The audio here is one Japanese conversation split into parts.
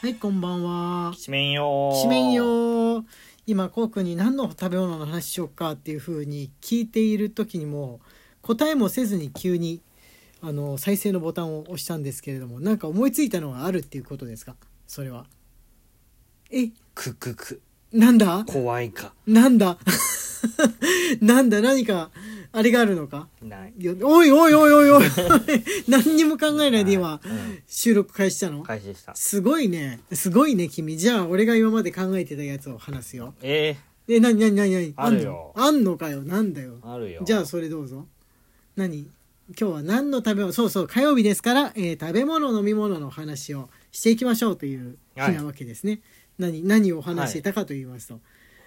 はい、こんばんは。きしめんよーきしめんよー。今、こうくんに何の食べ物の話しようかっていうふうに聞いている時にも、答えもせずに急に、あの、再生のボタンを押したんですけれども、なんか思いついたのがあるっていうことですかそれは。え、くくくなんだ怖いかなんだ なんだ何か、あれがあるのかないよおいおいおいおいおい 何にも考 えないで今、うん収録開始したの開始したすごいね。すごいね、君。じゃあ、俺が今まで考えてたやつを話すよ。ええ、なになになになにあるよあんのあんのかよ。なんだよー、。あるよじゃあ、それどうぞ。何今日は何の食べ物そうそう、火曜日ですから、えー食べ物、飲み物の話をしていきましょうというは日いなわけですね。何、何を話していたかと言いますと。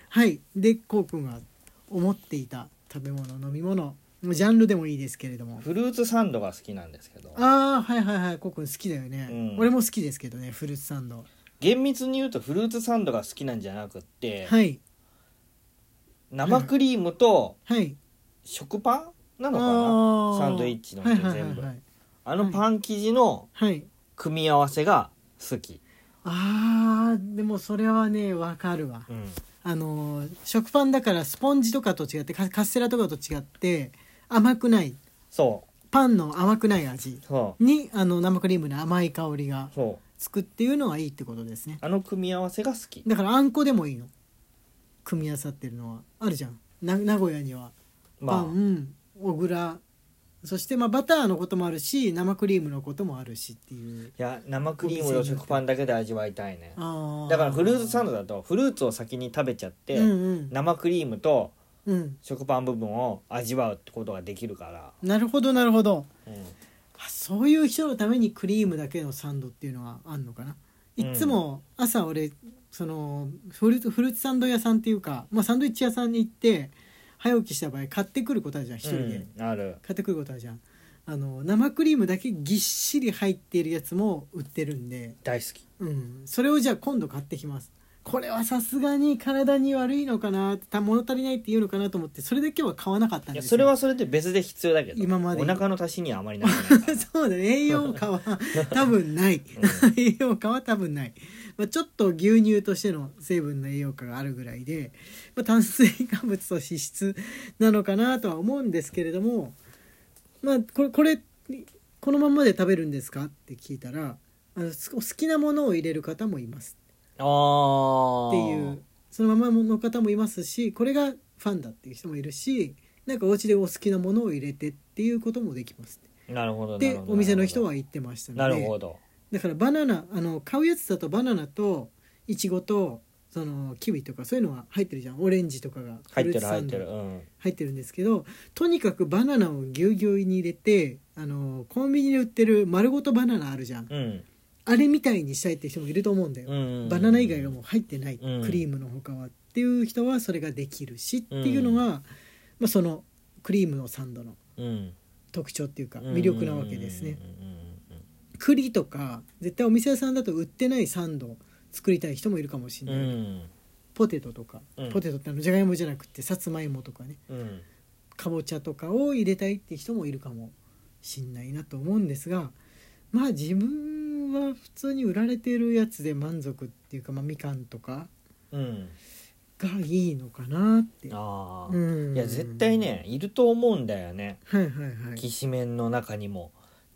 はい。で、こうくんが思っていた食べ物、飲み物、ジャンルでもいいですけれども。フルーツサンドが好きなんですけどああ、はいはいはい。こうくん好きだよね。うん俺も好きですけどね、フルーツサンド。厳密に言うとフルーツサンドが好きなんじゃなくって、はい。生クリームとはい。食パンなのかあーなサンドイッチのはいはいはい全部はい。あのパン生地のはい。組み合わせが好き、あー、でもそれはね、わかるわ。うんあのー、食パンだからスポンジとかと違って、カカステラとかと違って、甘くない、そパンの甘くない味うそうに、あの、生クリームの甘い香りがそうつくっていうのがいいってことですね。あの組み合わせが好きだからあんこでもいいの。組み合わさってるのは。あるじゃん。な名古屋には。パまン、小倉、そしてまあバターのこともあるし、生クリームのこともあるしっていう。あいや生クリームと食パンだけで味わいたいねあーだからフルーツサンドだとフルーツを先に食べちゃって、うん生クリームとうんうん、食パン部分を味わうってことができるから、なるほどなるほどうんあそういう人のためにクリームだけのサンドっていうのはあんのかないっつも朝俺そのフルーツフルーツサンド屋さんっていうか、まあ、サンドイッチ屋さんに行って早起きした場合買ってくることあるじゃん一人で、うんある買ってくることあるじゃんあの生クリームだけぎっしり入っているやつも売ってるんで、大好きうん、それをじゃあ今度買ってきますこれはさすがに体に悪いのかなた物足りないっていうのかなと思ってそれだけは買わなかったんいでやすよそれはそれで別で必要だけど今までお腹の足しにはあまりなっ てないからそうだね栄養価は多分ない、栄養価は多分ない、まあ、ちょっと牛乳としての成分の栄養価があるぐらいで、まあ、炭水化物と脂質なのかなとは思うんですけれどもまあこれこれこのまんまで食べるんですかって聞いたらあのすお好きなものを入れる方もいますあーっていうそのままの方もいますしこれがファンだっていう人もいるしなんかお家でお好きなものを入れてっていうこともできますなるほどなでるほどお店の人は言ってましたのなでるほどだからバナナあの買うやつだとバナナとイチゴとそのキウイとかそういうのは入ってるじゃんオレンジとかが入ってフルーるツサ入っンドてるうん入ってるんですけどとにかくバナナをぎゅうぎゅうに入れてあのコンビニで売ってる丸ごとバナナあるじゃんうんあれみたいにしたいって人もいると思うんだよ、うんバナナ以外がもう入ってない、うんクリームのほかはっていう人はそれができるしっていうのが、まあ、そのクリームのサンドのうん特徴っていうか魅力なわけですね。うんうんうんうん栗とか絶対お店屋さんだと売ってないサンド作りたい人もいるかもしれない、ポテトとか、うんポテトってあのじゃがいもじゃなくてさつまいもとかねうんうんかぼちゃとかを入れたいって人もいるかもしんないなと思うんですがまあ自分は普通に売られてるやつで満足っていうか、まあ、みかんとかうんがいいのかなって。ああ、うんいや絶対ねいると思うんだよねはいはいはいきしめんの中にも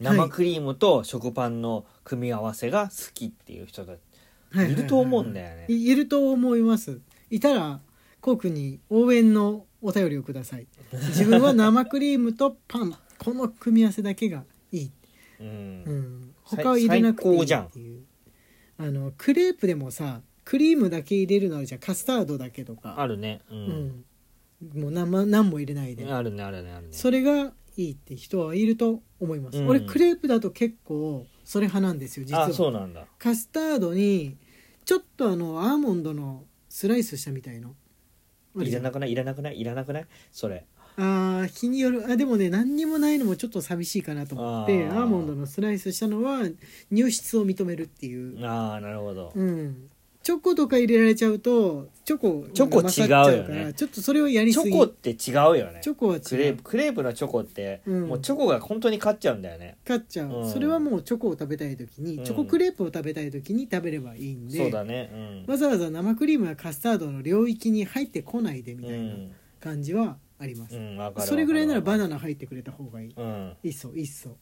はい生クリームと食パンの組み合わせが好きっていう人だはいはいはいいると思うんだよねいいると思いますいたらコウ君に応援のお便りをください自分は生クリームとパンこの組み合わせだけがいい、う、うんん、他は入れなくていい最高じゃんっていうあのクレープでもさクリームだけ入れるのあるじゃんカスタードだけとかあるねう、うんん、もう何も何も入れないで、あるねあるねあるねそれがいいって人はいると思います、うん俺クレープだと結構それ派なんですよ実はあそうなんだカスタードにちょっとあのアーモンドのスライスしたみたいのあるいじゃらんなくないいらなくないいらなくないそれあー日によるあでもね何にもないのもちょっと寂しいかなと思ってあアーーモンドのスライスしたのは入室を認めるっていう、ああなるほど、うん、チョコとか入れられちゃうとチョコチョコが勝っちゃうから違うよねちょっとそれをやりチすぎョコって違うよねチョコは違うクレープクレープのチョコって、うんもうチョコが本当に勝っちゃうんだよね勝っちゃう、うんそれはもうチョコを食べたい時に、うんチョコクレープを食べたい時に食べればいいんでそうだねうん、わざわざ生クリームやカスタードの領域に入ってこないでみうたいなん感じはあります、うんわかるそれぐらいならバナナナ入ってくれた方がいい、うんいっそいっそ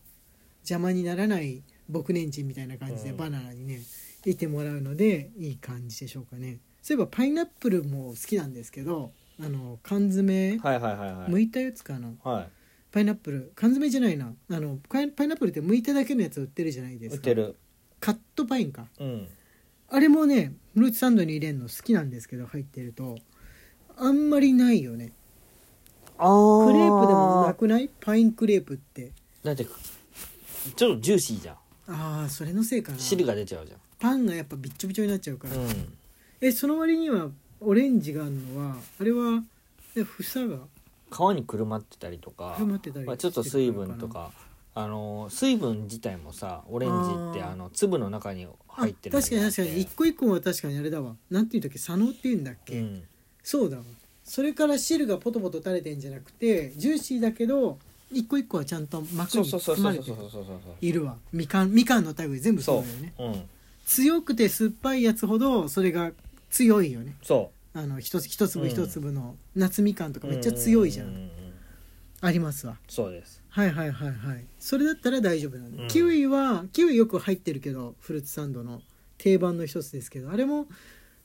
邪魔にならない僕年人みたいな感じでうんバナナにねいてもらうのでいい感じでしょうかねそういえばパイナップルも好きなんですけどあの缶詰、はいはいはいは剥いいたやつかなはパイナップル缶詰じゃないなあのパイパイナップルって剥いただけのやつ売ってるじゃないいで売っすかてるカットパインかうんあれもねフルーツサンドに入れるの好きなんですけど入ってるとあんまりないよねあークレープでもなくないパインクレープってだってちょっとジューシーじゃんああそれのせいかな汁が出ちゃうじゃんパンがやっぱびっちょびちょになっちゃうから、うんえその割にはオレンジがあるのはあれはで房が皮にくるまってたりとかくるまってたりまあ、ちょっと水分とかあの水分自体もさオレンジってあーあの粒の中に入ってるあ確かに確かに一一個一個は確かにあれだわなんていうんだっけ佐野っていうんだっけ、うん、そうだわそれから汁がポトポト垂れてんじゃなくてジューシーだけど一個一個はちゃんと膜そうにそうそう包そまうれそうてそうそういるわみかんみかんの類全部そうそだよねう、うん、強くて酸っぱいやつほどそれが強いよねそあの一つ一う粒ん一粒の夏みかんとうかめっちゃ強いじゃん、うううありますわそうですはいはいはいはいそれだったら大丈夫なんで、うんキウイはキウイよく入ってるけどフルーツサンドの定番の一つですけどあれも、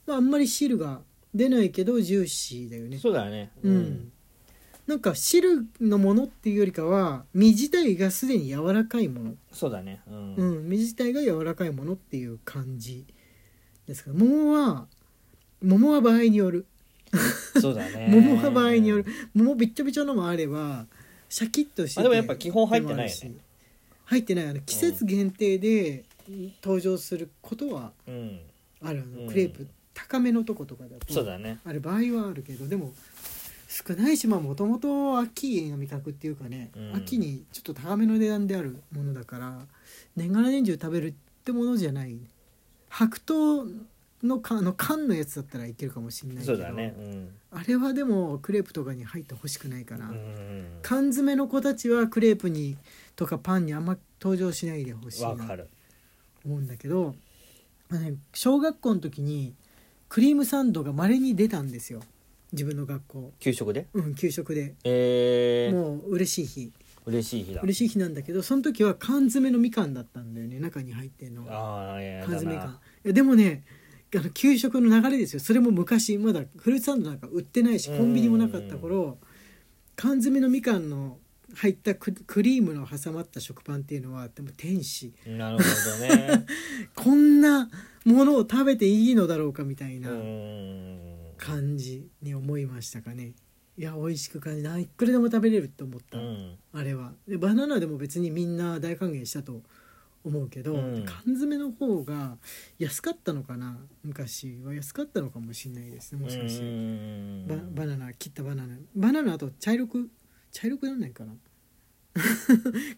まあ、あんまり汁が出ないけどジューシーだよねそうだよねうん、なんか汁のものっていうよりかは身自体がすでに柔らかいもの、そうだねうん、うん身自体が柔らかいものっていう感じですから桃は桃は場合によるそうだね桃は場合による桃びっちょびちょのもあればシャキッとしててあでもやっぱ基本入ってないよねでもあるし入ってないあの季節限定で登場することはうんあるあのうんクレープ、高めのとことかだとそうだねあれ場合はあるけどでも少ないしまあもともと秋の味覚っていうかね、うん秋にちょっと高めの値段であるものだから年がら年中食べるってものじゃない白桃の缶の缶のやつだったらいけるかもしれないけそどうだねうんあれはでもクレープとかに入ってほしくないかうな、ん缶詰の子たちはクレープにとかパンにあんま登場しないでほしいわなかとる思うんだけど、あのね小学校の時にクリームサンドがまれに出たんですよ自分の学校、給食でうん、給食でえー、もう嬉しい日嬉しい日だ嬉しい日なんだけどその時は缶詰のみかんだったんだよね中に入ってんのがああいやいや缶だ詰みかんいなやでもねあの給食の流れですよそれも昔まだフルーツサンドなんか売ってないしうんコンビニもなかった頃缶詰のみかんの入ったククリームの挟まった食パンっていうのはでも天使なるほどねこんなものを食べていいのだろうかみたいう なん感じに思いましたかねいや美味しく感じないくらでも食べれるって思っうた、んあれはでバナナでも別にみんな大歓迎したと思うけど、うん缶詰の方が安かったのかな昔は安かったのかもしれないですねもしかしうてんババナナ切ったバナナバナナあと茶色く茶色くなんないか な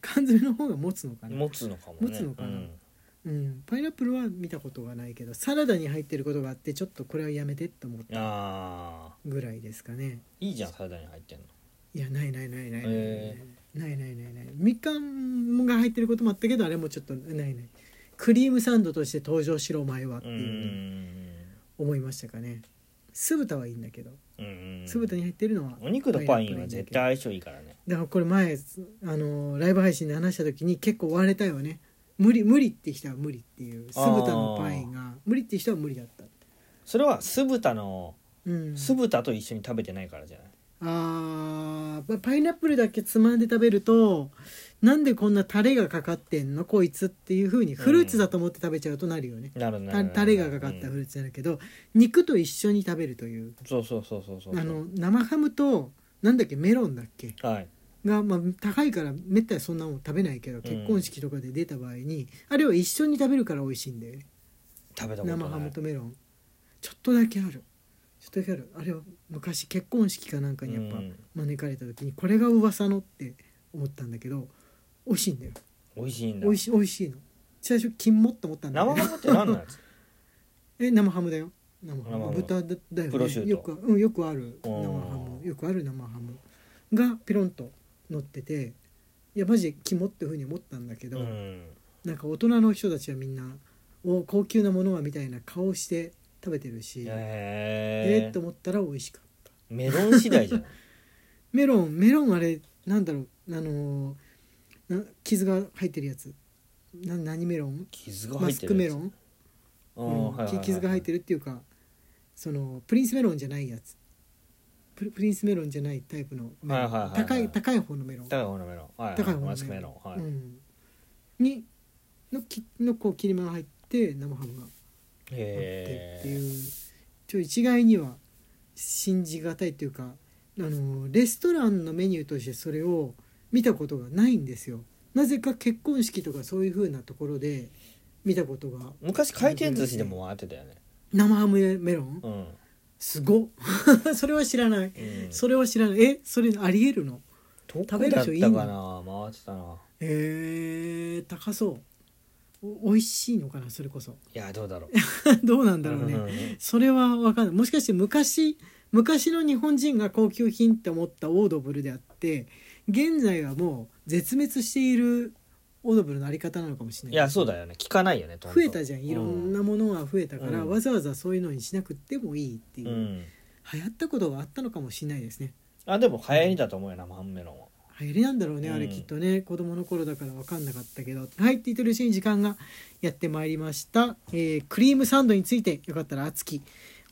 缶詰の方が持つのかな、持つのかもね持つのかなうんうん、パイナップルは見たことがないけどサラダに入ってることがあってちょっとこれはやめてって思ったああぐらいですかねいいじゃんサラダに入ってんのいやないないないないない、えないないないないみかんが入ってることもあったけどあれもちょっとないないクリームサンドとして登場しろお前はってういう、ね、ん思いましたかね酢豚はいいんだけどうん酢豚に入ってるのはお肉とパインはパイナップル絶対相性いいからねだからこれ前あのライブ配信で話した時に結構割れたよね無理無理って人は無理っていう酢豚のパインが無理って人は無理だった、それは酢豚のうん、酢豚と一緒に食べてないからじゃないあーパイナップルだけつまんで食べるとなんでこんなタレがかかってんのこいつっていう風にフルーツだと思って食べちゃうとなるよね、なるほどたねタレがかかっうたんフルーツになるけど、肉と一緒に食べるというそうそうそうそうそうあの生ハムとなんだっけメロンだっけはいが、まあ、高いからめったにそんなもん食べないけど結婚式とかで出た場合に、あれは一緒に食べるから美味しいんだよね食べたことない生ハムとメロンちょっとだけあるちょっとだけあるあれは昔結婚式かなんかにやっぱ、うん招かれた時にこれが噂のって思ったんだけど美味しいんだよ美味しいんだ美味しい美味しいの最初金もって思ったんだけ生ど ハムって何なんですかえ生ハムだよ生ハ生ハムム豚だだよプロシューねトよく,、うん、よくあるお生ーハムよくある生ハムがピロンと乗ってていやマジで肝ってふうに思ったんだけど、うんなんか大人の人たちはみんなお高級なものはみたいな顔をして食べてるしえーえっと思ったら美味しかったメロン次第 じゃんメロンメロンあれなんだろうあのーな傷が入ってるやつな何メロン傷がマ入っスてクるメやつロン、ううんんはいはいはいき傷が入ってるっていうかそのプリンスメロンじゃないやつプリプリンスメロンじゃないタイプのメロン、はいはいはいはい高い高い方のメロン、高い方のメロンはいはい高い方のメロンマスクメロンはういん、にのきのこう切り目が入って生ハムがあってへってえいうちょ一概には信じがたいっていうかあのレストランのメニューとしてそれを見たことがないんですよなぜか結婚式とかそういう風なところで見たことが昔回転寿司でもあってたよね生ハムメロンうんすごっ それは知らないうんそれは知らないえそれありえるのどこ食べるだっ人いいたのかな回ってたなえー、高そうお美味しいのかなそれこそ いやどうだろうどうなんだろうねねそれは分かんないもしかして昔昔の日本人が高級品って思ったオードブルであって現在はもう絶滅しているオードブルのあり方なのかもしれないいやそうだよね聞かないよね増えたじゃんいろんななものが増えたから、うんわざわざそういうのにしなくってもいいっていう、うん流行ったことがあったのかもしれないですねあでも流行りだと思うよ生ハムメロンは流行りなんだろうね、うんあれきっとね子供の頃だから分かんなかったけどはいって言ってるうちに時間がやってまいりました、えークリームサンドについてよかったら熱き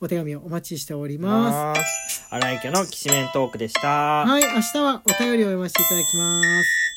お手紙をお待ちしておりますます荒井家のきしめんトークでしたはい、明日はお便りを読ませていただきます。